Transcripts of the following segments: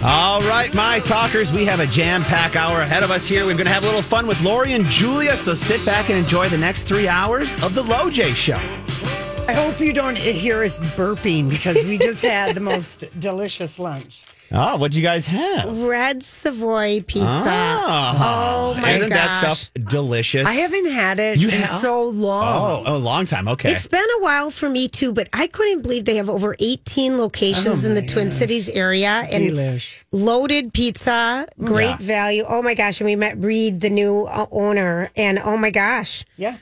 All right, my talkers, we have a jam pack hour ahead of us here. We're going to have a little fun with Lori and Julia, so sit back and enjoy the next three hours of The LoJ Show. I hope you don't hear us burping because we just had the most delicious lunch. Oh, what'd you guys have? Red Savoy pizza. Ah, Oh, my Isn't that gosh. stuff delicious? I haven't had it You in have? so long. Oh, a long time. Okay. It's been a while for me too, but I couldn't believe they have over 18 Oh, locations in the Twin Cities area and Delish. loaded pizza, great Yeah. value. Oh my gosh! And we met Reed, the new uh, owner, and oh my gosh, Yeah.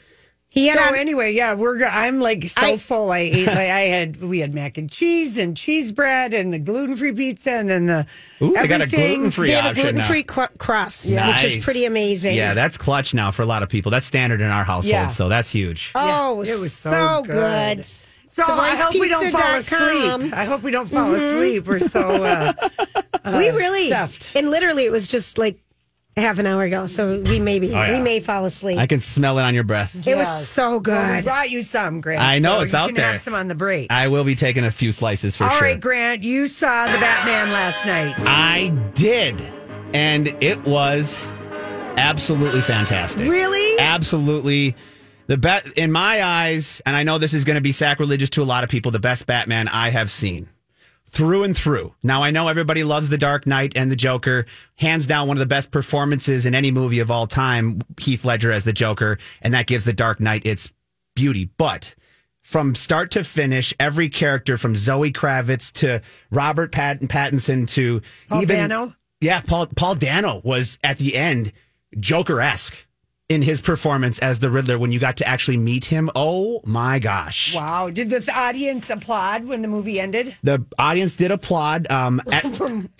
he had So on anyway, yeah, we're. go- I'm like so I- full. I ate. Like, I had. We had mac and cheese and cheese bread and the gluten free pizza and then the. Ooh, they got a everything. gluten free they had a option. gluten free now. cl- crust, which Nice. is pretty amazing. Yeah, that's clutch now for a lot of people. That's standard in our household, Yeah. so that's huge. Yeah, Oh, it was so good. good. So I hope we don't fall Savoy'sPizza.com. asleep. I hope we don't fall asleep. We're so. Uh, we really stuffed. and literally it was just like half an hour ago, so we maybe Oh, yeah. we may fall asleep. I can smell it on your breath. it was so Well, we good. brought you some, Grant. I know, so it's you out can there. Have some on the break. I will be taking a few slices for All right, sure. Grant, you saw the Batman last night. I did. And it was absolutely fantastic. Really? Absolutely. The best in my eyes, and I know this is going to be sacrilegious to a lot of people, the best Batman I have seen. Through and through. Now I know everybody loves The Dark Knight and the Joker. Hands down one of the best performances in any movie of all time, Heath Ledger as the Joker, and that gives The Dark Knight its beauty. But from start to finish, every character from Zoe Kravitz to Robert Pat- Pattinson to Paul even Dano? yeah, Paul Paul Dano was at the end Joker esque in his performance as the Riddler when you got to actually meet him. Oh my gosh! Wow. Did the th- audience applaud when the movie ended? The audience did applaud. Um, at,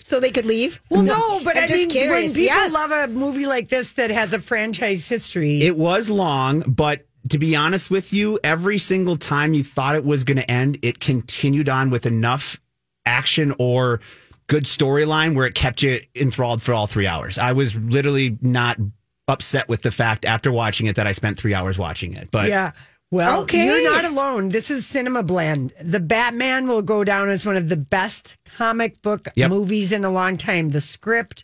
so they could leave. Well, no, but I'm i just mean, curious. when people Yes. love a movie like this that has a franchise history, it was long, but to be honest with you, every single time you thought it was going to end, it continued on with enough action or good storyline where it kept you enthralled for all three hours. I was literally not upset with the fact after watching it that I spent three hours watching it, but. yeah. Well, Okay. you're not alone. This is Cinema Blend. The Batman will go down as one of the best comic book Yep. movies in a long time. The script,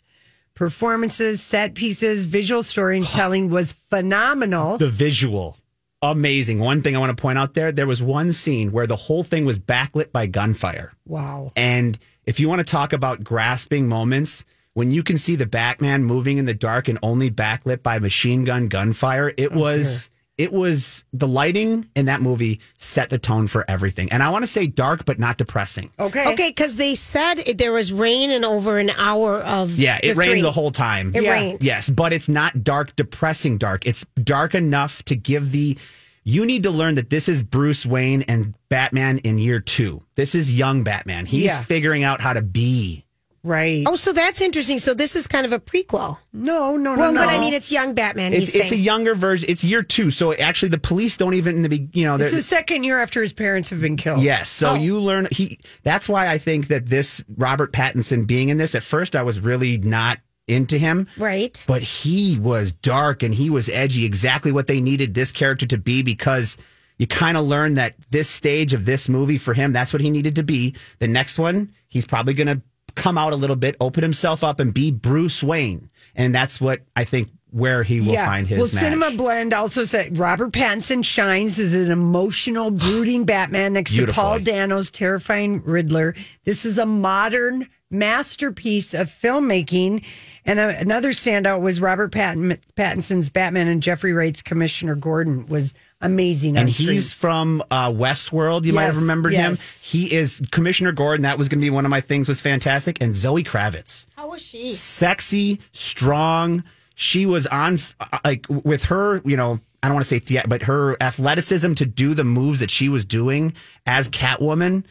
performances, set pieces, visual storytelling was phenomenal. the visual amazing one thing i want to point out there there was one scene where the whole thing was backlit by gunfire wow. and if you want to talk about grasping moments when you can see the batman moving in the dark and only backlit by machine gun gunfire it Oh, was it was the lighting in that movie set the tone for everything and i want to say dark but not depressing Okay. Okay, because they said it, there was rain and over an hour of yeah it rained three. the whole time It Yeah. rained. Yes, but it's not dark, depressing dark. It's dark enough to give the. You need to learn that this is Bruce Wayne and Batman in year two. This is young Batman. He's Yeah. figuring out how to be. Right. Oh, so that's interesting. So this is kind of a prequel. No, no, no. Well, no. but I mean, it's young Batman. It's, he's it's a saying. younger version. It's year two. So actually, the police don't even in the be, you know It's they're- the second year after his parents have been killed. Yes. So you learn he that's why I think that this Robert Pattinson being in this at first I was really not into him. right. but he was dark and he was edgy exactly what they needed this character to be because you kind of learn that this stage of this movie for him that's what he needed to be the next one he's probably going to come out a little bit open himself up and be bruce wayne and that's what i think where he will find his well, match. Cinema Blend also said Robert Pattinson shines as an emotional, brooding Batman next to Paul Beautifully. Dano's terrifying Riddler. This is a modern masterpiece of filmmaking. And uh, another standout was Robert Patton, Pattinson's Batman and Jeffrey Wright's Commissioner Gordon was amazing. and on screen. he's from uh, Westworld. You might have Yes, remembered yes. him. He is Commissioner Gordon. That was going to be one of my things. Was fantastic. And Zoe Kravitz, How was she? sexy, strong. She was on f- uh, like with her. You know, I don't want to say the- but her athleticism to do the moves that she was doing as Catwoman,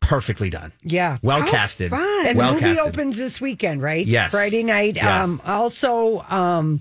perfectly done. Yeah. well How casted. fun. And well the movie casted. opens this weekend, right? Yes. Friday night. Yes. Um, also, um,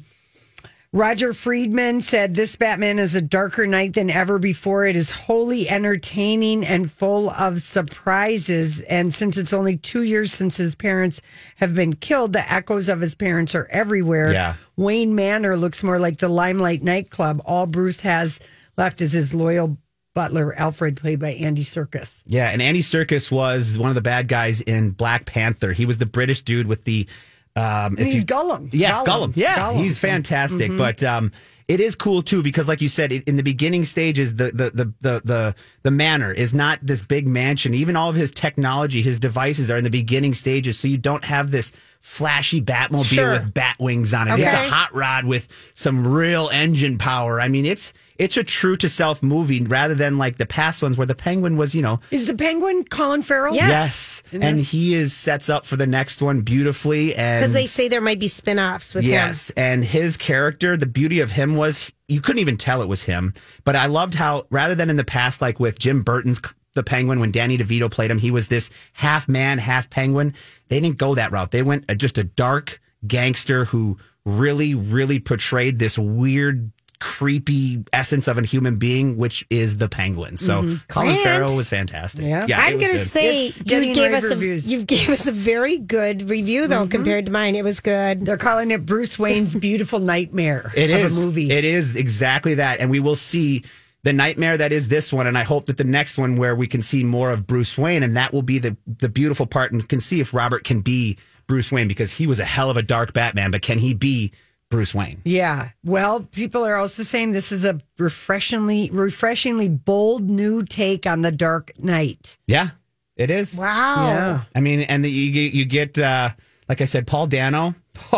Roger Friedman said this Batman is a darker night than ever before. It is wholly entertaining and full of surprises. And since it's only two years since his parents have been killed, the echoes of his parents are everywhere. Yeah. Wayne Manor looks more like the Limelight nightclub. All Bruce has left is his loyal butler, Alfred, played by Andy Serkis. Yeah, and Andy Circus was one of the bad guys in Black Panther. He was the British dude with the. Um, if And he's you- Gollum. Yeah, Gollum. Yeah, Gollum. he's fantastic. But um, it is cool too because, like you said, it, in the beginning stages, the the the the the the manor is not this big mansion. Even all of his technology, his devices are in the beginning stages, so you don't have this flashy Batmobile Sure. with bat wings on it. It's a Okay. hot rod with some real engine power. I mean, it's it's a true to self movie rather than like the past ones where the Penguin was, you know. Is the penguin Colin Farrell? Yes. Yes. And he is sets up for the next one beautifully and Because they say there might be spin offs with yes, and his character, the beauty of him was you couldn't even tell it was him. But I loved how rather than in the past like with Jim Burton's The Penguin when Danny DeVito played him, he was this half man, half penguin. They didn't go that route. They went uh, just a dark gangster who really really portrayed this weird creepy essence of a human being which is the penguin. So Colin Mm-hmm. Grant. Farrell was fantastic. Yeah. him. it I'm was gonna good. say It's you getting gave rave us a reviews. Mm-hmm. you gave us a very good review though compared to mine. It was good. They're calling it Bruce Wayne's beautiful nightmare. It of is a movie. It is exactly that, and we will see the nightmare that is this one, and I hope that the next one where we can see more of Bruce Wayne, and that will be the the beautiful part, and can see if Robert can be Bruce Wayne because he was a hell of a dark Batman, but can he be Bruce Wayne? Yeah. Well, people are also saying this is a refreshingly refreshingly bold new take on the Dark Knight. Yeah, it is. Wow. Yeah. I mean, and the, you get- you get uh, like I said, Paul Dano.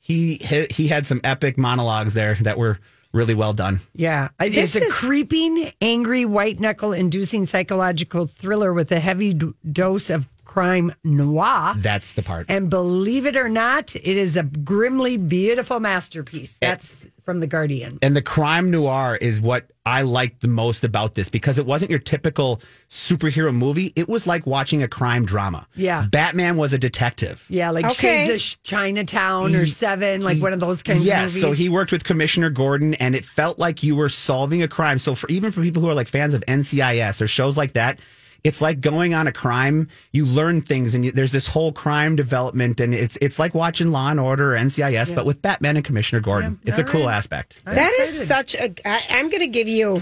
He he he had some epic monologues there that were really well done. Yeah. I- It's This a is- creeping, angry, white knuckle inducing psychological thriller with a heavy d- dose of crime noir. That's the part. And believe it or not, it is a grimly beautiful masterpiece. That's from The Guardian. And the crime noir is what I liked the most about this because it wasn't your typical superhero movie. It was like watching a crime drama. Yeah. Batman was a detective. Yeah, like Okay. Shades of Sh- Chinatown or He- Seven, like he- one of those kinds yes, of movies. so he worked with Commissioner Gordon, and it felt like you were solving a crime. So for even for people who are like fans of NCIS or shows like that, it's like going on a crime. You learn things, and you, there's this whole crime development, and it's it's like watching Law and Order or NCIS, but with Batman and Commissioner Gordon. It's a cool aspect. That is such a. I, I'm going to give you.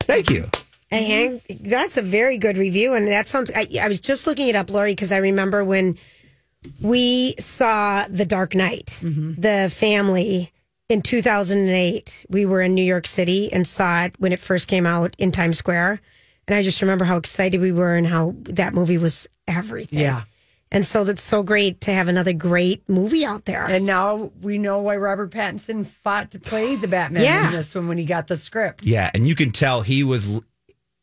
Thank you. a hand that's a very good review, and that sounds. I, I was just looking it up, Lori, because I remember when we saw The Dark Knight, the family in 2008. We were in New York City and saw it when it first came out in Times Square, and I just remember how excited we were and how that movie was everything. Yeah. and so that's so great to have another great movie out there. And now we know why Robert Pattinson fought to play the Batman Yeah. in this one when he got the script. Yeah, and you can tell he was, l-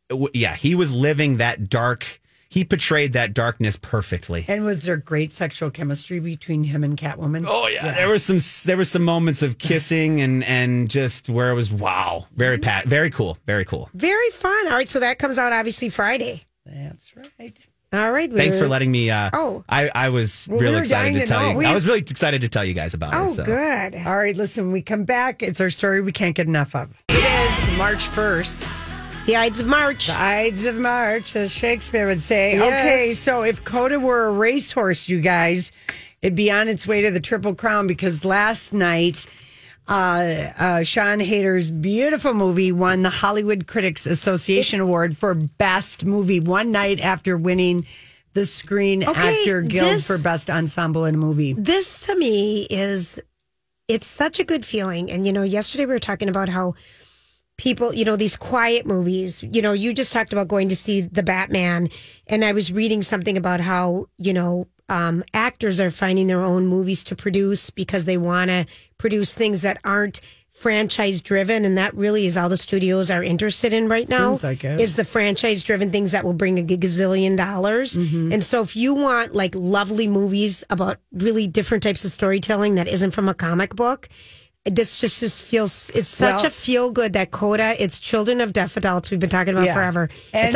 w- yeah, he was living that dark. He portrayed that darkness perfectly. And was there great sexual chemistry between him and Catwoman? Oh yeah, there were some there were some moments of kissing and and just where it was wow, very pat, very cool, very cool. very fun. All right, so that comes out obviously Friday. That's right. All right, Thanks for we're- letting me. Uh, Oh. I I was Well, we really were excited dying to to tell know. you. We- I was really excited to tell you guys about Oh, it. So. good. All right, listen, we come back. It's our story we can't get enough of. It is March 1st, The Ides of March. the Ides of March, as Shakespeare would say. Yes. Okay, so if Coda were a racehorse, you guys, it'd be on its way to the Triple Crown because last night, uh, uh, Sean Hader's beautiful movie won the Hollywood Critics Association Award for Best Movie one night after winning the Screen Okay, Actor Guild this- for Best Ensemble in a Movie. This to me is it's such a good feeling. And you know, yesterday we were talking about how people, you know, these quiet movies, you know, you just talked about going to see the Batman and I was reading something about how, you know, um, actors are finding their own movies to produce because they want to produce things that aren't franchise driven and that really is all the studios are interested in right now Seems like it. is the franchise driven things that will bring a gazillion dollars Mm-hmm. and so if you want like lovely movies about really different types of storytelling that isn't from a comic book this just just feels it's such Well- a feel good that coda it's children of deaf adults we've been talking about Yeah. forever it's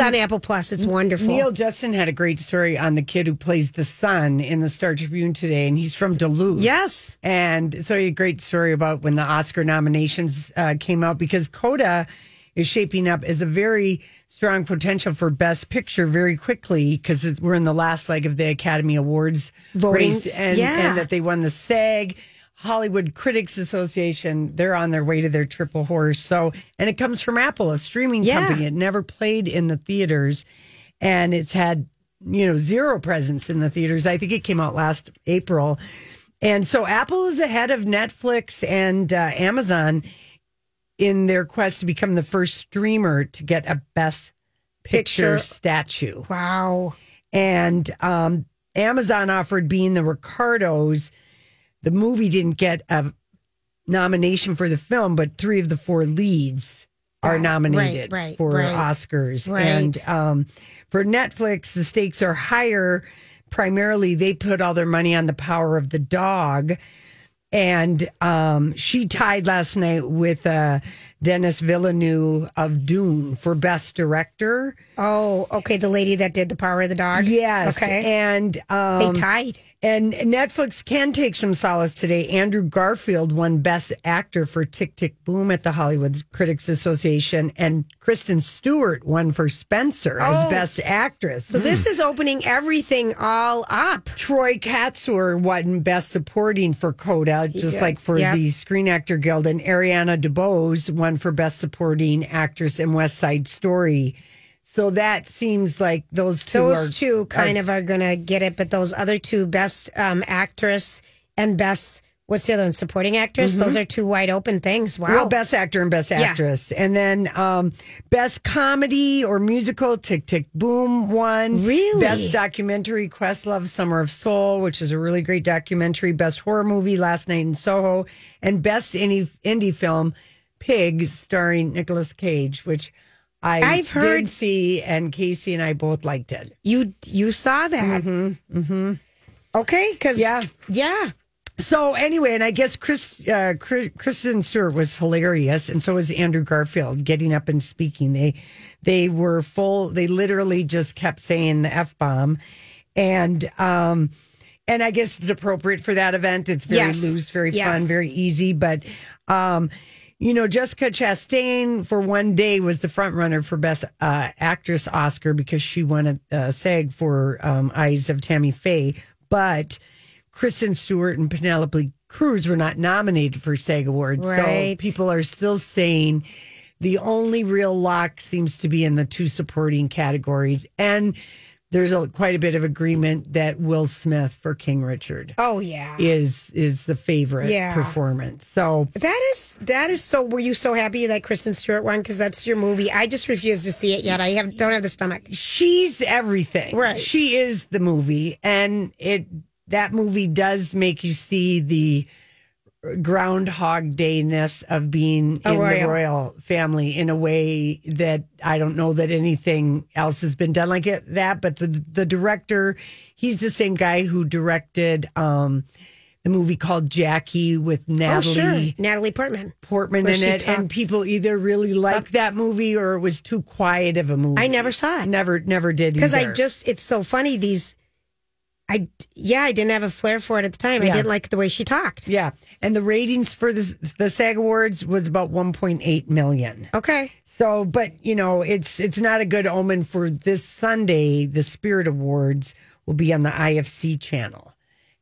And on apple plus it's wonderful Neil Justin had a great story on the kid who plays the son in the Star Tribune today, and he's from Duluth. yes And so a great story about when the Oscar nominations uh, came out because Coda is shaping up as a very strong potential for Best Picture very quickly because we're in the last leg of the Academy Awards Voting, race and, yeah. and that they won the SAG. Hollywood Critics Association, they're on their way to their triple horse. So, and it comes from Apple, a streaming Yeah. company. It never played in the theaters and it's had, you know, zero presence in the theaters. I think it came out last April. And so Apple is ahead of Netflix and uh, Amazon in their quest to become the first streamer to get a best picture, Picture. statue. wow And um, Amazon offered being the Ricardos. The movie didn't get a nomination for the film, but three of the four leads are Right, nominated right, right, for right. Oscars. Right. And um, for Netflix, the stakes are higher. Primarily, they put all their money on the power of the dog. And um, she tied last night with uh, Dennis Villeneuve of Dune for Best Director. Oh, okay. The lady that did the Power of the Dog. Yes. Okay. And um, they tied. and Netflix can take some solace today. Andrew Garfield won Best Actor for Tick Tick Boom at the Hollywood Critics Association, and Kristen Stewart won for Spencer as Oh. Mm-hmm. Best Actress. So this is opening everything all up. Troy Kotsur won Best Supporting for Coda, just Yeah. like for Yeah. the Screen Actor Guild, and Ariana DeBose won for Best Supporting Actress in West Side Story. So that seems like those two Those are two kind of are gonna get it, but those other two, best um, actress and best, what's the other one? Supporting actress. Those are two wide open things. Wow. Well, best actor and best actress, and then um, best comedy or musical. Tick Tick Boom won. Really? Best documentary. Questlove Summer of Soul, which is a really great documentary. Best horror movie. Last Night in Soho, and best indie indie film. Pig, starring Nicolas Cage, which I I've heard- did see, and Casey and I both liked it. you you saw that. Mm-hmm. mm-hmm. Okay. Because Yeah. yeah. So anyway, and I guess Chris, uh, Chris Kristen Stewart was hilarious, and so was Andrew Garfield getting up and speaking. They they were full. They literally just kept saying the f bomb, and um, and I guess it's appropriate for that event. It's very Yes. loose, very Yes. fun, very easy, but um, you know, Jessica Chastain for one day was the front runner for Best uh, Actress Oscar because she won a, a SAG for um, Eyes of Tammy Faye. But Kristen Stewart and Penelope Cruz were not nominated for SAG awards, so Right. people are still saying the only real lock seems to be in the two supporting categories, and there's a, quite a bit of agreement that Will Smith for King Richard Oh yeah. is is the favorite Yeah. performance. So. That is that is so. Were you so happy that Kristen Stewart won? Because that's your movie. I just refuse to see it yet. I have don't have the stomach. she's everything. Right. She is the movie, and it that movie does make you see the groundhog dayness of being A in royal. the royal family in a way that I don't know that anything else has been done like it, that. But the the director, he's the same guy who directed um, the movie called Jackie with Oh, Natalie. Natalie Portman. Portman Where in she it, and talked. people either really liked that movie or it was too quiet of a movie. I never saw it. Never, never did. because I either. just it's so funny these I yeah I didn't have a flair for it at the time I Yeah. didn't like the way she talked yeah, and the ratings for the the SAG Awards was about 1.8 million. okay So, but you know, it's it's not a good omen for this Sunday. The Spirit Awards will be on the IFC channel,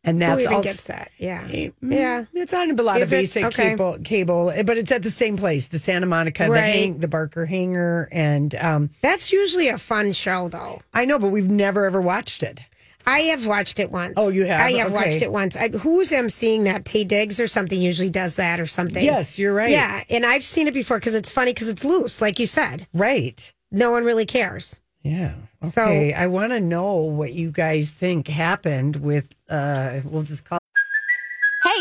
and who that's even also, gets that yeah Yeah, it's on a lot Is of it? basic Okay. cable, cable, but it's at the same place, the Santa Monica, the, Right. hang, the Barker Hangar, and um, that's usually a fun show though I know, but we've never ever watched it. I have watched it once Oh, you have? I have Okay. watched it once I, who's emceeing that Tay Diggs or something usually does that or something Yes, you're right. yeah and I've seen it before because it's funny because it's loose like you said Right. no one really cares Yeah. So Okay, I want to know what you guys think happened with. uh We'll just call. Hey,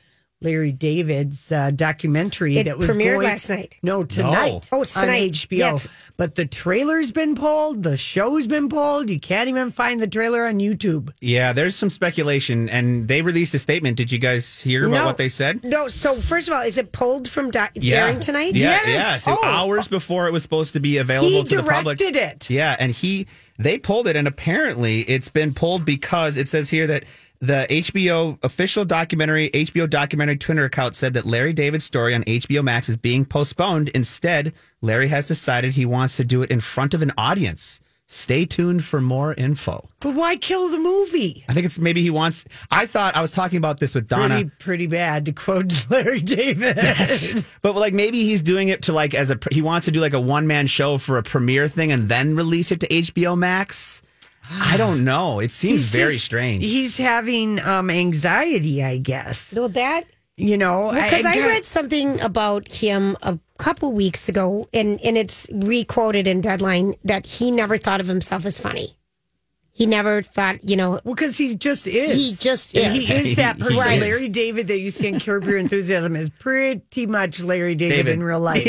Larry David's uh, documentary It that was premiered going- last night. No, tonight. Oh, it's on tonight. HBO. Yeah, it's- But the trailer's been pulled. The show's been pulled. You can't even find the trailer on YouTube. Yeah, there's some speculation, and they released a statement. Did you guys hear about what they said? No. So first of all, is it pulled from doc- airing tonight? Yeah, Yes. yeah. So Oh. hours before it was supposed to be He available to the public. directed it. Yeah, and he they pulled it, and apparently it's been pulled because it says here that the HBO official documentary HBO documentary Twitter account said that Larry David's story on HBO Max is being postponed. Instead, Larry has decided he wants to do it in front of an audience. Stay tuned for more info. But why kill the movie? I think it's maybe he wants. I thought I was talking about this with Donna. Pretty, pretty bad to quote Larry David. But like maybe he's doing it to like as a he wants to do like a one man show for a premiere thing and then release it to HBO Max. I don't know. It seems He's very just- strange. He's having um, anxiety, I guess. Well, that You know, because I, get- read something about him a couple weeks ago, and and it's requoted in Deadline that he never thought of himself as funny. He never thought, you know, Well, because he just is. He just is. He is that He person. just is. Larry David that you see in Curb Your Enthusiasm is pretty much Larry David, David. in real life.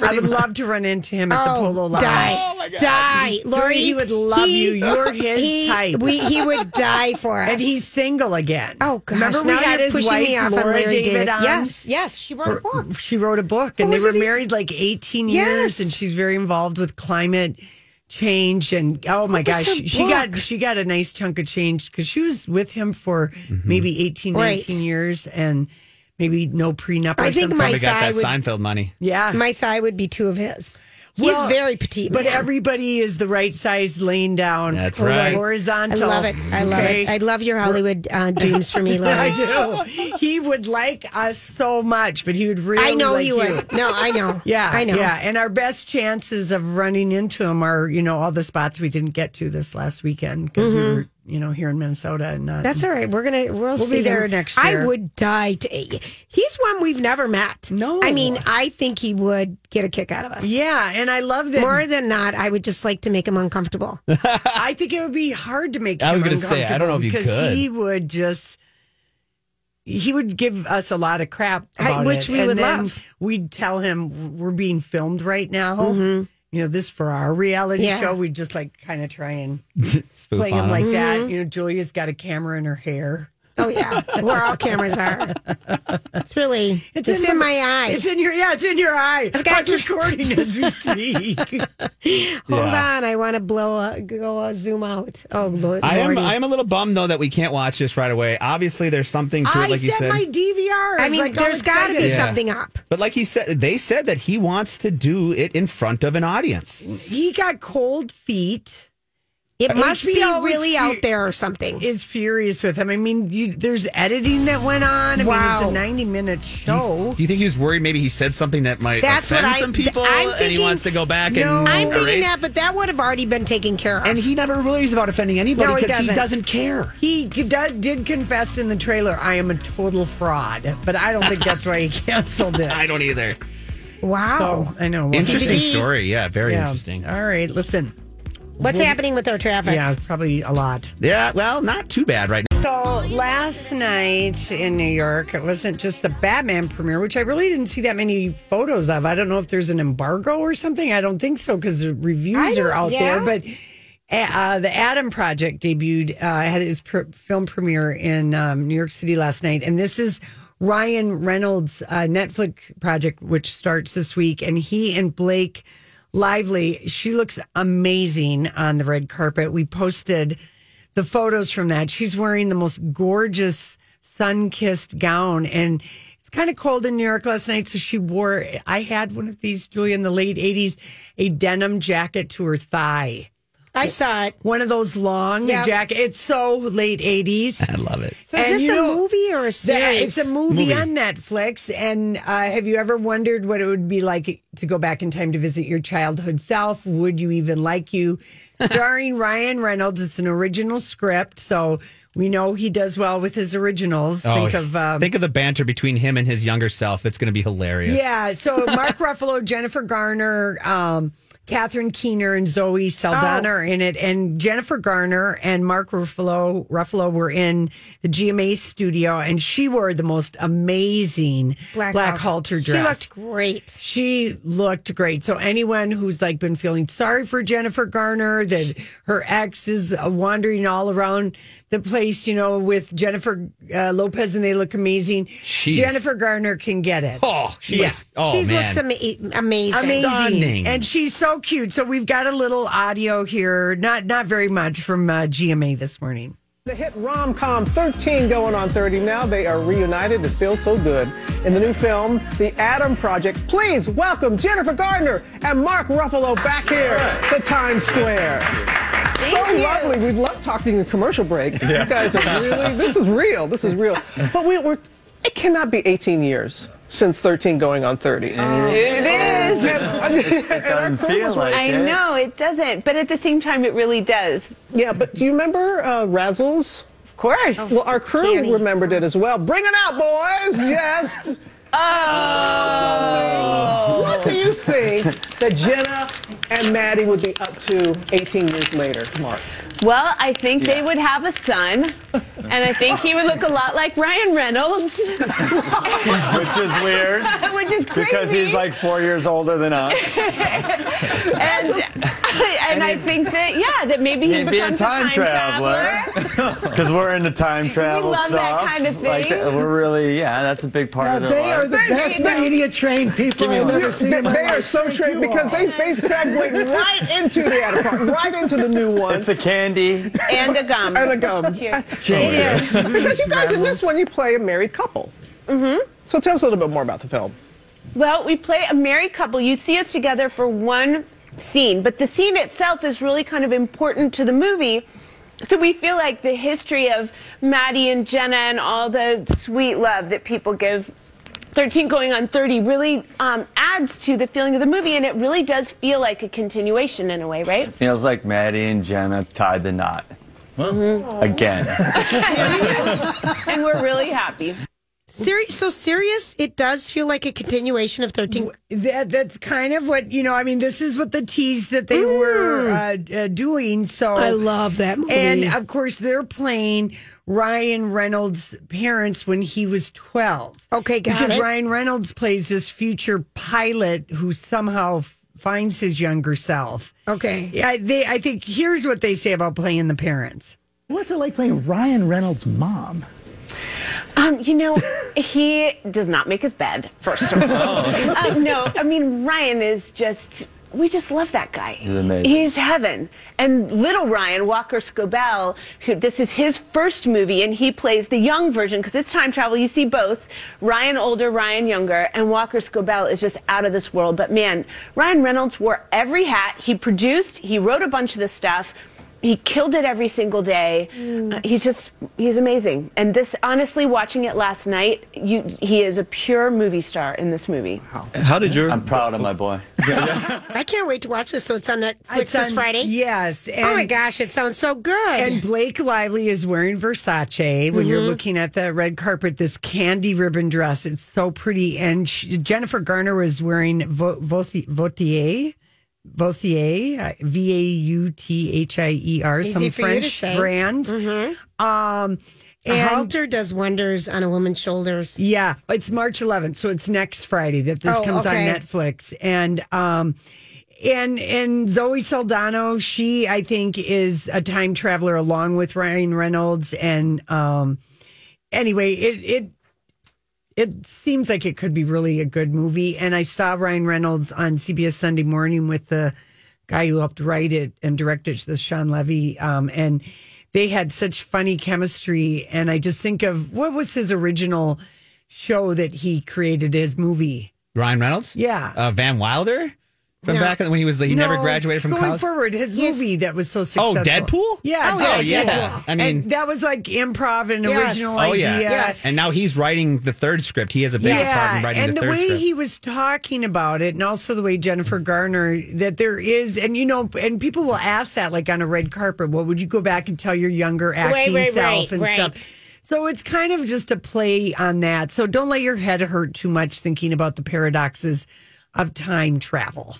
I would love to run into him at the Polo Lounge. Oh, die, die, Lori. Oh he would love you. You're his he- type. We, he would die for us. And he's single again. oh gosh, Remember we now had you're his pushing wife me off Laura on Larry David, on. Yes, yes, she wrote a book. She wrote a book, and they was were it he- married like 18 Yes. years, and she's very involved with climate change. And oh my was gosh, her she got she got a nice chunk of change because she was with him for maybe 18, Mm-hmm. Right. 19 years, and maybe no prenup. Or I think something. my Probably got thigh that would, Seinfeld money. yeah. my thigh would be two of his. He's Well, very petite, but man. everybody is the right size laying down. That's right. I Horizontal. love it. I love Okay? it. I love your Hollywood uh, dreams for me, Lori. I do. He would like us so much, but he would really. I know like you would. No, I know. Yeah, I know. Yeah, and our best chances of running into him are, you know, all the spots we didn't get to this last weekend because we were, you know, here in Minnesota and not. Mm-hmm. That's all right. We're gonna we'll, be see there him. next I year. would die to. He's one we've never met. No. I mean I think he would get a kick out of us. yeah, and I love that. More than not, I would just like to make him uncomfortable. I think it would be hard to make. I was going gonna to say, I don't know if you because could. He would just. He would give us a lot of crap I- about it, which we and would then love. We'd tell him we're being filmed right now. You know this for our reality Mm-hmm. Yeah. show. We'd just like kind of try and Spoof play him on like Mm-hmm. that. You know, Julia's got a camera in her hair. Oh yeah, where all cameras are. It's really it's, in, the- my eye. It's in your yeah, it's in your eye. I'm recording as we speak. Hold on, I want to blow a, go a zoom out. Oh Mm. Lord, I am Lordy. I am a little bummed though that we can't watch this right away. Obviously there's something to I it like you set said. my DVR. I mean, there's got to be something up. but like he said they said that he wants to do it in front of an audience. He got cold feet. It must be HBO was really fu- out there or something. Is furious with him. I mean, you, there's editing that went on. I mean, Wow. it's a 90 minute show. Do you think he was worried maybe he said something that might Oh. That's what offend I- some people I'm and he thinking- wants to go back No. and I'm thinking erase? that, but that would have already been taken care of. and he never worries about offending anybody No, he because he doesn't. doesn't care. He did, did confess in the trailer, I am a total fraud, but I don't think that's why he canceled it. I don't either. wow. Oh, I know. Well, Interesting DVD. story. Yeah, very yeah. interesting. All right, listen. What's happening with our traffic? Yeah, it's probably a lot. Yeah, well, not too bad right now. So last night in New York, it wasn't just the Batman premiere, which I really didn't see that many photos of. I don't know if there's an embargo or something. I don't think so because the reviews I are don't- out there. yeah. But uh, the Adam Project debuted, uh, had its pr- film premiere in um, New York City last night. And this is Ryan Reynolds' uh, Netflix project, which starts this week. And he and Blake Lively, she looks amazing on the red carpet. We posted the photos from that. She's wearing the most gorgeous sun kissed gown. And it's kind of cold in New York last night. So she wore, I had one of these, Julia, in the late 80s, a denim jacket to her thigh. I saw it. One of those long Yep. jacket. It's so late 80s. I love it. So is And this you a know- movie or a Yeah, series? it's a movie, on Netflix. And uh, have you ever wondered what it would be like to go back in time to visit your childhood self? Would you even like you? Starring Ryan Reynolds. It's an original script, so we know he does well with his originals. Oh, think of um, think of the banter between him and his younger self. It's going to be hilarious. yeah. So Mark Ruffalo, Jennifer Garner, um, Catherine Keener, and Zoe Oh. Saldana are in it. And Jennifer Garner and Mark Ruffalo Ruffalo were in the GMA studio, and she wore the most amazing black, halter dress. She looked great. She looked great. So anyone who's like been feeling sorry for Jennifer Garner that her ex is uh, wandering all around the place, you know, with Jennifer uh, Lopez and they look amazing. Jeez. Jennifer Garner can get it. Oh, she's oh she man. looks ama- amazing. Stunning. And she's so cute. So we've got a little audio here, not not very much from uh, GMA this morning. The hit rom com 13 going on 30 now. They are reunited. It feels so good. In the new film, The Adam Project, please welcome Jennifer Gardner and Mark Ruffalo back here to Times Square. so lovely. We love talking in commercial break. You guys are really, this is real. This is real. But we were, it cannot be 18 years since 13 going on 30. it is. I know, it doesn't. But at the same time, it really does. Yeah, but do you remember uh, Razzles? Of course. Well, our crew Danny. remembered it as well. Bring it out, boys! Yes! Oh! What do you think that Jenna and Maddie would be up to 18 years later, Mark? Well, I think they would have a son, and I think he would look a lot like Ryan Reynolds. Which is weird. Which is crazy. Because he's like four years older than us. and, and I think that yeah, that maybe he He'd be a becomes time traveler. Because we're into time travel love that stuff. kind of Like, thing. we're really, yeah, that's a big part of their life. best media trained people I've ever seen. They, they are so trained because they they segue right into the other part, right into the new one. it's a candy. And a gum. And a gum. It is. because you guys in this one you play a married couple. Mm-hmm. So tell us a little bit more about the film. Well, we play a married couple. You see us together for one scene, but the scene itself is really kind of important to the movie. So we feel like the history of Maddie and Jenna and all the sweet love that people give 13 going on 30 really um, adds to the feeling of the movie, and it really does feel like a continuation in a way, right? feels like Maddie and Jenna tied the knot. Again. Mm-hmm. and we're really happy. Seri- so serious, it does feel like a continuation of 13. That that's kind of what you know. I mean, this is what the tease that they were uh, uh, doing. So Mm. I love that movie. And of course, they're playing Ryan Reynolds' parents when he was 12. Okay, got Because it. Ryan Reynolds plays this future pilot who somehow f- finds his younger self. okay. Yeah, they, I think here's what they say about playing the parents. What's it like playing Ryan Reynolds' mom? Um, you know, he does not make his bed, first of all. Uh, no, I mean, Ryan is just, we just love that guy. He's amazing. He's heaven. And little Ryan, Walker Scobell, who, this is his first movie, and he plays the young version because it's time travel. You see both Ryan older, Ryan younger, and Walker Scobell is just out of this world. But man, Ryan Reynolds wore every hat. He produced, he wrote a bunch of this stuff he killed it every single day. Uh, he's just he's amazing. And this honestly watching it last night, you he is a pure movie star in this movie. How did your? I'm proud of my boy. I can't wait to watch this. So it's on Netflix It's this on- Friday. Yes. And oh my gosh, it sounds so good. And Blake Lively is wearing Versace. When Mm-hmm. you're looking at the red carpet, this candy ribbon dress. It's so pretty. And she, Jennifer Garner was wearing Vo- Vaut- Vautier. Vautier, uh, V A U T H I E R, Easy some for you to French say. Mm-hmm. brand. Um, A and halter does wonders on a woman's shoulders. yeah, it's March 11th, so it's next Friday that this Oh, comes okay. on Netflix. And um, and and Zoe Saldano, she I think is a time traveler along with Ryan Reynolds. And um, anyway, it it it seems like it could be really a good movie. And I saw Ryan Reynolds on CBS Sunday Morning with the guy who helped write it and direct it, this Sean Levy, um, and they had such funny chemistry. And I just think of what was his original show that he created his movie. Ryan Reynolds? Yeah. Uh, Van Wilder? From No. back when he was, he never No, graduated from going college? Oh, forward. His Yes. movie that was so successful. Deadpool? Yeah. Oh, Deadpool. yeah, Deadpool. I mean- And that was like improv and Yes. original Oh, yeah. idea. Yes. And now he's writing the third script. He has a big part in writing and the the, third way script. he was talking about it, and also the way Jennifer Garner that there is, and you know, and people will ask that like on a red carpet, what would you go back and tell your younger acting right, self right, and right. stuff. So it's kind of just a play on that. So don't let your head hurt too much thinking about the paradoxes of time travel.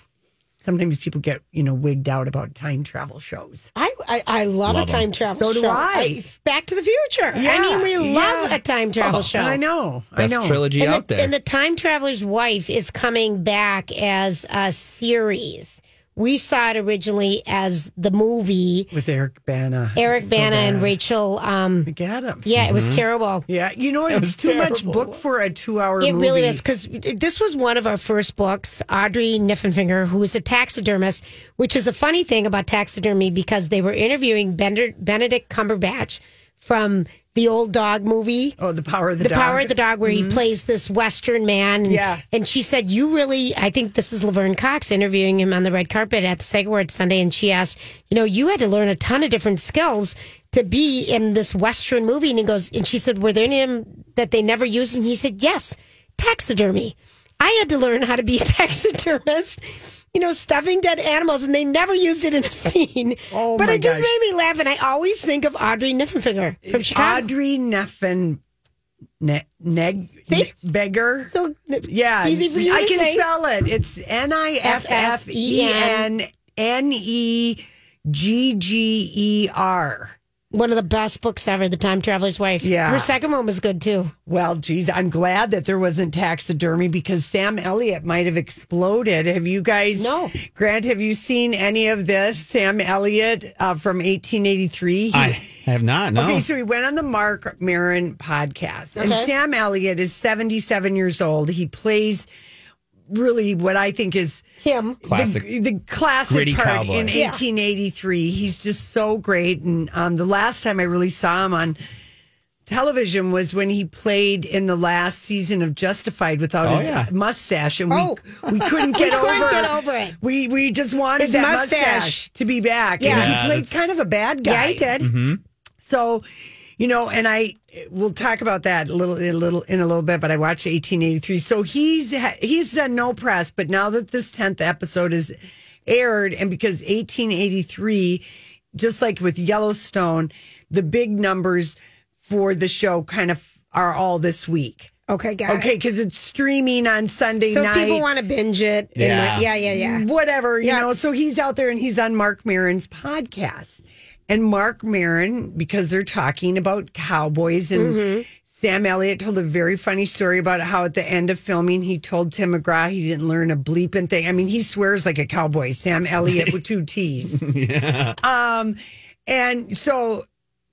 Sometimes people get you know wigged out about time travel shows. I, I, I Love love, a 'em. time travel So do show. I. Back to the Future. Yeah, I mean, we love yeah. Oh, a time travel show. I know, I Best know. trilogy and out the, there. And the time traveler's wife is coming back as a series. We saw it originally as the movie with Eric Bana, Eric So Bana and bad. Mm-hmm. Rachel. Um, Nick Adams. yeah, it was terrible. Yeah, you know what? It It's was too much terrible. book for a two-hour. It movie. really is because this was one of our first books. Audrey Niffenfinger, who is a taxidermist, which is a funny thing about taxidermy because they were interviewing Bender, Benedict Cumberbatch from the old dog movie. Oh, the power of the, the dog. Mm-hmm. power of the dog where he plays this western man and, Yeah. and she said you really i think this is laverne cox interviewing him on the red carpet at the seg Awards sunday and she asked you know you had to learn a ton of different skills to be in this western movie and he goes and she said were there any of 'em that they never used and he said yes taxidermy i had to learn how to be a taxidermist You know, stuffing dead animals, and they never used it in a scene. Oh, but my it just gosh. made me laugh, and I always think of Audrey Niffenfinger from Chicago. Audrey Neffen ne- Neg See? Beggar. So, yeah, easy for you I to can say. spell it. It's N I F F E N N E G G E R. one of the best books ever, The Time Traveler's Wife. Yeah. Her second one was good too. Well, geez, I'm glad that there wasn't taxidermy because Sam Elliott might have exploded. Have you guys? No. Grant, have you seen any of this? Sam Elliott uh, from 1883. He- I have not, no. Okay, so we went on the Mark Marin podcast, and Okay. Sam Elliott is 77 years old. He plays really what I think is Him. Classic. the, the classic Gritty part cowboy. in Yeah. 1883. He's just so great. And um, the last time I really saw him on television was when he played in the last season of Justified without Oh, his yeah. mustache, and we Oh. we couldn't get over couldn't get over it. We we just wanted His that mustache. mustache. to be back. Yeah. and Yeah, he played that's- kind of a bad guy. Yeah, I did. Mm-hmm. So, you know, and I we'll talk about that a little, a little in a little bit. But I watched 1883. So he's ha- he's done no press, but now that this 10th episode is aired, and because 1883, just like with Yellowstone, the big numbers for the show kind of are all this week. Okay, got Okay, it. because it's streaming on Sunday So night people want to binge it. and Yeah. what- yeah, yeah, yeah. whatever, you Yeah. know. So he's out there and he's on Mark Marin's podcast. And Mark Marin, because they're talking about cowboys and Mm-hmm. Sam Elliott told a very funny story about how at the end of filming he told Tim McGraw he didn't learn a bleeping thing. I mean, he swears like a cowboy, Sam Elliott with two T's. Um and so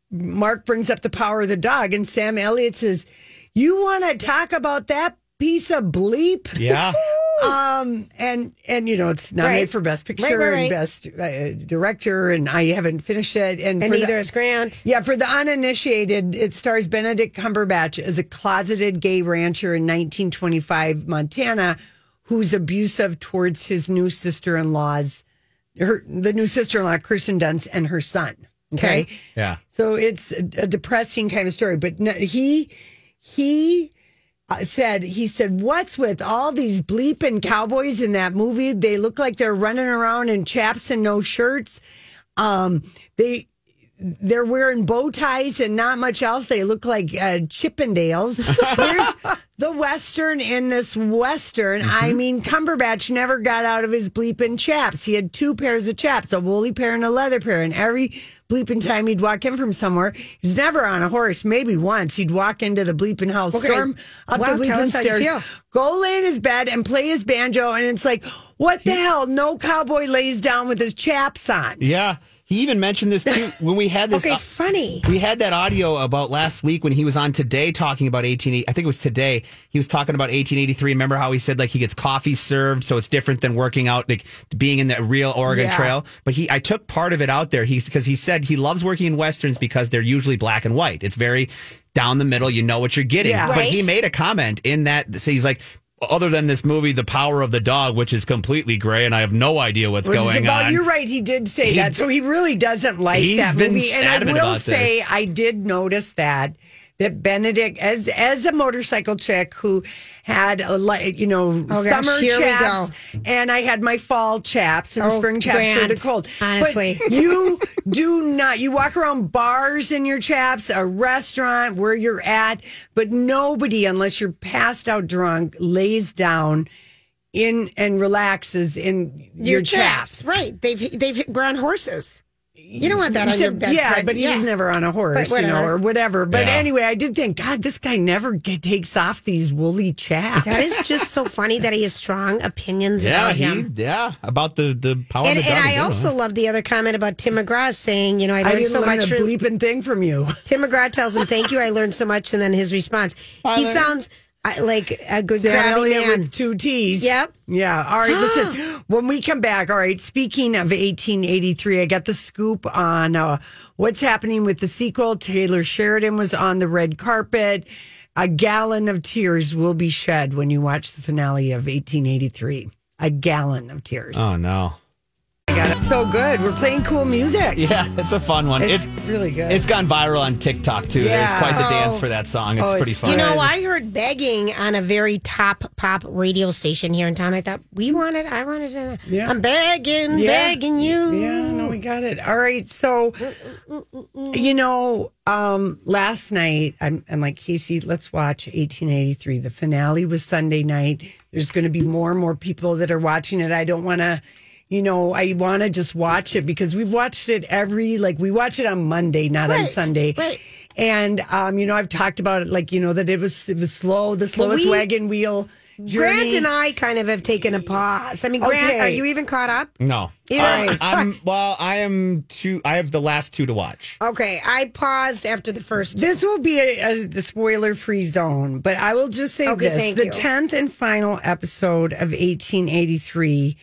Mark brings up the power of the dog and Sam Elliott says, "You want to talk about that piece of bleep?" yeah. Um, and and you know it's nominated Right. for best picture Right, right, and right. best uh, director, and I haven't finished it. And, And for the- neither is Grant. yeah, for the uninitiated, it stars Benedict Cumberbatch as a closeted gay rancher in 1925 Montana, who's abusive towards his new sister-in-law's, her the new sister-in-law Kirsten Dunst and her son. Okay, Yeah. so it's a, a depressing kind of story. But no, he he uh, said he said, "What's with all these bleeping cowboys in that movie? They look like they're running around in chaps and no shirts. Um, they they're wearing bow ties and not much else. They look like uh, Chippendales. There's the Western in this Western. I mean, Cumberbatch never got out of his bleeping chaps. He had two pairs of chaps, a woolly pair and a leather pair. And every bleeping time he'd walk in from somewhere, he's never on a horse. Maybe once he'd walk into the bleeping house, Okay. storm up Wow, the tell bleeping us how you stairs, feel. go lay in his bed and play his banjo. And it's like, what the hell? No cowboy lays down with his chaps on. Yeah. He even mentioned this too when we had this. uh, Okay, funny. We had that audio about last week when he was on today talking about 1880. I think it was today. He was talking about 1883. Remember how he said like he gets coffee served, so it's different than working out, like being in the real Oregon Yeah. Trail. But he, I took part of it out there. He's because he said he loves working in westerns because they're usually black and white. It's very down the middle. You know what you're getting. Yeah. But he Right. made a comment in that. So he's like. Other than this movie, The Power of the Dog, which is completely gray, and I have no idea what's Well, going Zabal, on. You're right. He did say He- that. So he really doesn't like He's that been movie. And I adamant will about this. say, I did notice that that Benedict, as as a motorcycle chick who had a li- you know Oh, gosh, summer here we chaps, and I had my fall chaps and Oh, spring chaps for Grant, the cold. But honestly. you do not. You walk around bars in your chaps, a restaurant where you're at, but nobody, unless you're passed out drunk, lays down. In and relaxes in your, chaps. Right. They've they've grown horses. You don't want that on your Except- bed. yeah, but he was never on a horse, But you know, whatever. or whatever. But Yeah. anyway, I did think, God, this guy never get, takes off these woolly chaps. That is just so funny that he has strong opinions Yeah, about he, him. yeah, about the the power And, of the and dog. I also love the other comment about Tim McGraw saying, you know, I I learned didn't so learn much a from bleeping thing from you. Tim McGraw tells him, "Thank you, I learned so much," and then his response, he sounds I, like a good Sam crabby Elliott man. with two T's. Yep. Yeah. All right. Listen, when we come back, all right. Speaking of 1883, I got the scoop on uh, what's happening with the sequel. Taylor Sheridan was on the red carpet. A gallon of tears will be shed when you watch the finale of 1883. A gallon of tears. oh no, So good. We're playing cool music. yeah, it's a fun one. It's It's really good. it's gone viral on TikTok too. Yeah. There's quite the Oh. dance for that song. It's Oh, pretty it's- fun. You know, Fun. I heard begging on a very top pop radio station here in town. I thought we wanted, I wanted to. Yeah. I'm begging, Yeah. begging you. Yeah, no, we got it. All right. So, you know, um, last night, I'm, I'm like, Casey, let's watch 1883. The finale was Sunday night. There's going to be more and more people that are watching it. I don't want to, you know, I want to just watch it because we've watched it every, like, we watch it on Monday, not on Right, Sunday. right. And, um, you know, I've talked about it, like, you know, that it was, it was slow, the slowest we- wagon wheel. Grant journey. and I kind of have taken a pause. I mean, Grant, Okay. are you even caught up? no, Yeah. Um, I'm well. I am two. I have the last two to watch. Okay, I paused after the first. This will be a, a the spoiler free zone, but I will just say Okay, this: thank the you. tenth and final episode of 1883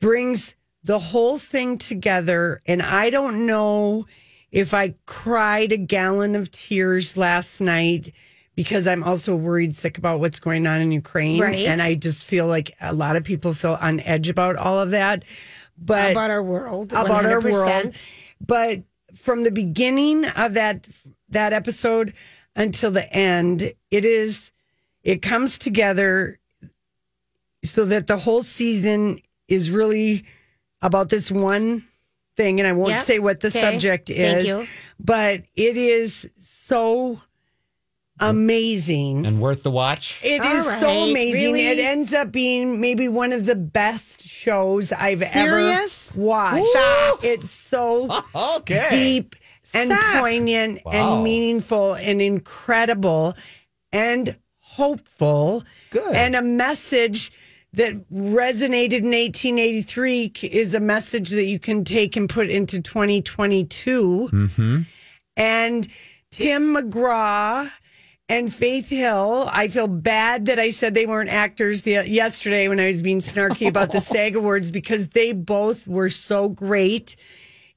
brings the whole thing together, and I don't know if I cried a gallon of tears last night because I'm also worried sick about what's going on in Ukraine, Right. and I just feel like a lot of people feel on edge about all of that. But about our world. about our 100%. world. But from the beginning of that that episode until the end, it is it comes together so that the whole season is really about this one thing and I won't Yep. say what the Okay. subject Thank is, you. but it is so amazing. And worth the watch. It All is so right, amazing. really? It ends up being maybe one of the best shows I've Serious? ever watched. Stop. It's so Okay. deep and Stop. poignant Wow. and meaningful and incredible and hopeful. Good. And a message that resonated in 1883 c- is a message that you can take and put into 2022 Mm-hmm. and Tim McGraw and Faith Hill. I feel bad that I said they weren't actors the, yesterday when I was being snarky about the SAG Awards because they both were so great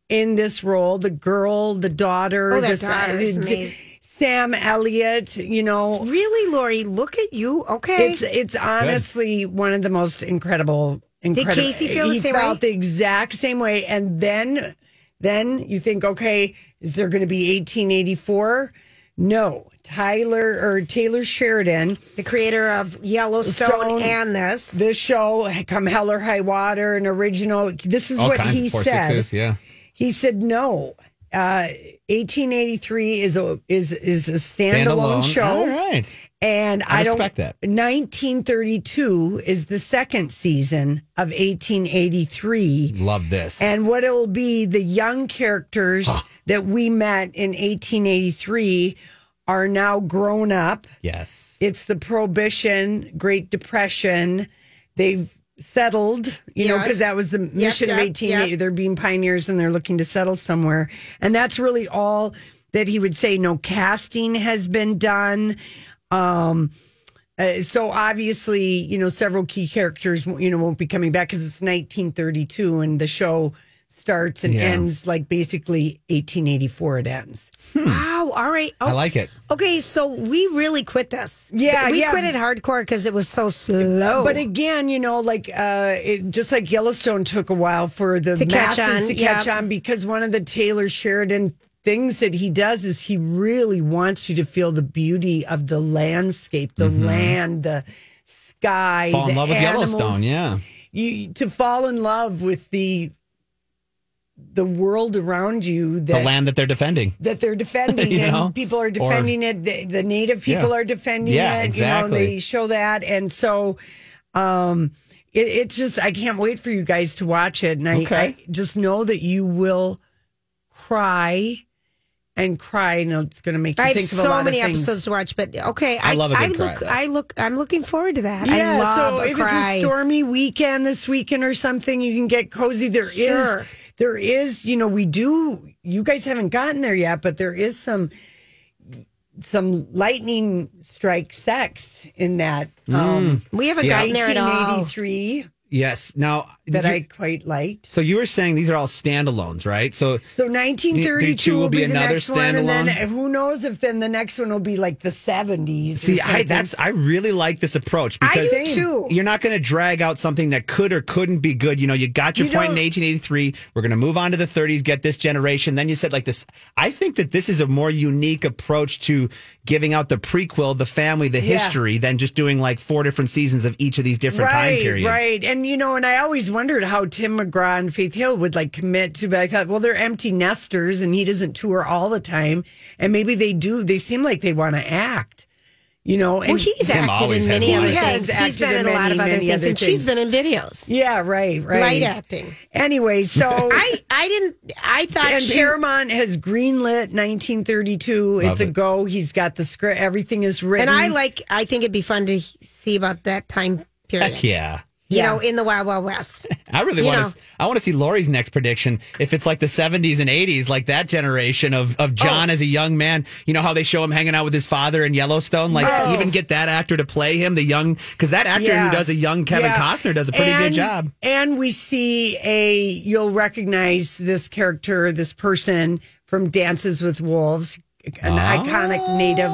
in this role. The girl, the daughter, Oh, that this- uh, daughter is amazing. Sam Elliott. You know, Really, Lori? Look at you. Okay. it's it's honestly one of the most incredible. Incredible. Casey feel the he same felt way? The exact same way, and then then you think, okay, is there going to be 1884? No, Tyler or Taylor Sheridan. the creator of Yellowstone Stone. and this. This show, come hell or high water, an original. This is All what kinds he of four said. sixes, Yeah. He said no. Uh, 1883 is a is is a Standalone. standalone, show. All right. And I, I don't respect that. 1932 is the second season of 1883. Love this. And what it'll be the young characters that we met in 1883 are now grown up. yes. It's the Prohibition, Great Depression. They've settled, you know, Yes. because that was the mission of yep, 1880. yep. They're being pioneers and they're looking to settle somewhere. And that's really all that he would say. No casting has been done. Um, uh, so obviously, you know, several key characters, you know, won't be coming back because it's 1932 and the show starts and Yeah. ends like basically 1884 it ends. Wow. All right. Oh, I like it. okay. So we really quit this. Yeah, We yeah. quit it hardcore because it was so slow. But again, you know, like uh, it, just like Yellowstone took a while for the To catch masses on, to catch yeah. on because one of the Taylor Sheridan things that he does is he really wants you to feel the beauty of the landscape, the land, the sky, Mm-hmm. Fall in the love with animals. Yellowstone. Yeah. You to fall in love with the the world around you that The land that they're defending. that they're defending You and know? people are Or- defending it the, the native people Yeah. are defending Yeah, it exactly. you know they show that and so um it, it's just i can't wait for you guys to watch it and I, Okay. I just know that you will cry and cry and it's going to make you I have think of a so lot many of things episodes to watch, but okay. I love a good cry, look, though. I look. I'm looking forward to that. yeah, I love so a if cry. it's a stormy weekend this weekend or something, you can get cozy. There is, Sure. there is, you know, we do. You guys haven't gotten there yet, but there is some some lightning strike sex in that um, we haven't Mm. Yeah. gotten there at all. 1983 Yes. Now that you- I quite liked. So you were saying these are all standalones, right? So So 1932 will be, the another next one, and then standalone? who knows if then the next one will be like the 70s. or see, I something. that's I really like this approach because do too. you're not going to drag out something that could or couldn't be good. You know, you got your You point in don't- 1883. We're going to move on to the 30s, get this generation. Then you said like this. I think that this is a more unique approach to giving out the prequel, the family, the Yeah. history, than just doing like four different seasons of each of these different right, time periods. Right. And you know, and I always wondered how Tim McGraw and Faith Hill would like commit to, but I thought, well, they're empty nesters and he doesn't tour all the time. And maybe they do, they seem like they want to act. You know, and Well, he's Tim acted always in has many a lot other of things. things. He has He's been acted in in a lot many, of other many things, other and things. she's been in videos. yeah, right, right. Light acting. Anyway, so I I didn't. I thought and she- Paramount has greenlit 1932. it's a it. go. He's got the script. Everything is written. and I like. I think it'd be fun to see about that time period. Heck yeah. You know, in the Wild Wild West. I really You want know. to. I want to see Lori's next prediction. If it's like the seventies and eighties, like that generation of Oh. of John as a young man, you know how they show him hanging out with his father in Yellowstone. Like Yes. even get that actor to play him, the young because that actor Yeah. who does a young Kevin Yeah. Costner does a pretty good And- job. And we see a you'll recognize this character, this person from Dances with Wolves, an iconic Native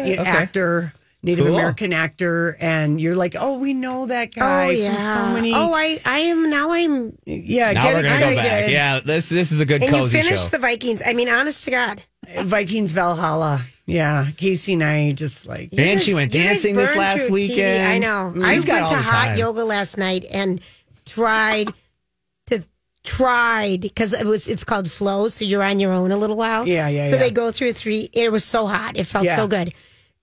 Ah, okay. Okay. actor, Native Cool. American actor, and you're like, oh, we know that guy oh from yeah. so many. oh, I I am now. I'm yeah, Now we're get gonna excited. go back. Yeah, this this is a good and you cozy finished show. the Vikings. I mean, honest to God. Vikings Valhalla. Yeah, Casey and I just like. You And she went you dancing this burned last through TV. weekend. I know. Mm. I She's went got all to the hot time. yoga last night and tried to tried because it was it's called flow, so you're on your own a little while. Yeah, yeah, So yeah. they go through three. It was so hot. It felt Yeah. so good.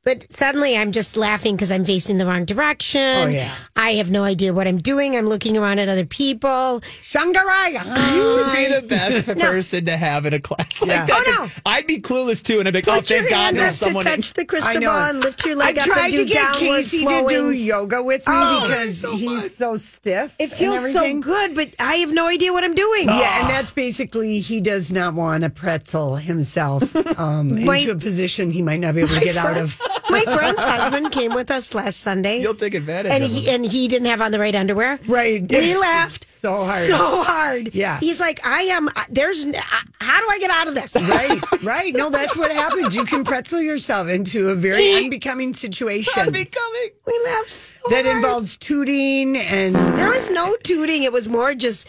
But suddenly I'm just laughing because I'm facing the wrong direction. Oh, yeah. I have no idea what I'm doing. I'm looking around at other people. Shangaraya. you would be the best person to have in a class like Yeah. that. Oh, 'cause no. I'd be clueless too, and I'd be like, oh, Put your thank God hand up there's to someone. in- touch the crystal I know. ball and lift your leg I up tried and do to get downward Casey flowing. to do yoga with me Oh, that's because so he's fun. so stiff. It and feels so everything. good, but I have no idea what I'm doing. Oh. Yeah, and that's basically he does not want to pretzel himself um, Wait. into a position he might not be able to get out of. My friend's husband came with us last Sunday, You'll take advantage and of he them. and he didn't have on the right underwear. Right. We laughed so hard. so hard. Yeah. He's like, I am. There's. n- I- How do I get out of this? right, right. No, that's what happens. You can pretzel yourself into a very unbecoming situation Becoming. We laughed. So that hard. involves tooting and. There was no tooting. It was more just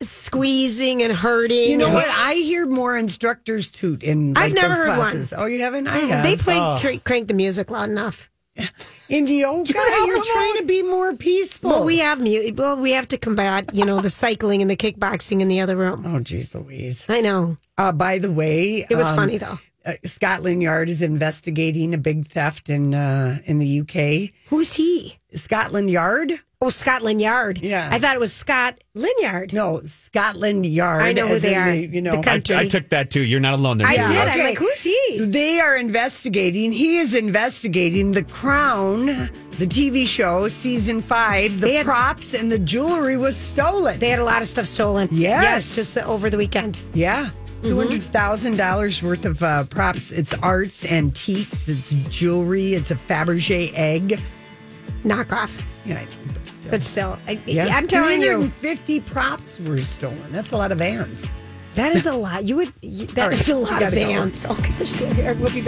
squeezing and hurting. You know and- what? I hear more instructors toot in. Like, I've never those heard one. Mm, classes. Oh, you haven't? I have. They played cr- crank the music loud enough. in yoga. You're trying to be more peaceful. Well, we have mu- well, we have to combat, you know, the cycling and the kickboxing in the other room. Oh, geez, Louise. I know. Uh, by the way, It was um, funny though. uh, Scotland Yard is investigating a big theft in uh, in the UK. Who's he? Scotland Yard? Oh, Scotland Yard. Yeah. I thought it was Scott Linyard. No, Scotland Yard. I know who as they in are. the- you know, The I, country. I took that too. You're not alone there. I Judy. did. I'm Okay. like, who's he? They are investigating. He is investigating The Crown, the TV show, season five. The They had- props and the jewelry was stolen. They had a lot of stuff stolen. Yes. Yes, just the, over the weekend. yeah. $200,000 worth of uh, props. It's arts, antiques, it's jewelry, it's a Fabergé egg. Knockoff. Yeah, but still. But still, I, Yeah. I'm telling you, 350 props were stolen. That's a lot of vans. that is a lot. You would, you, All that right, is a lot we of gotta go. bands. Oh, gosh, we'll be back.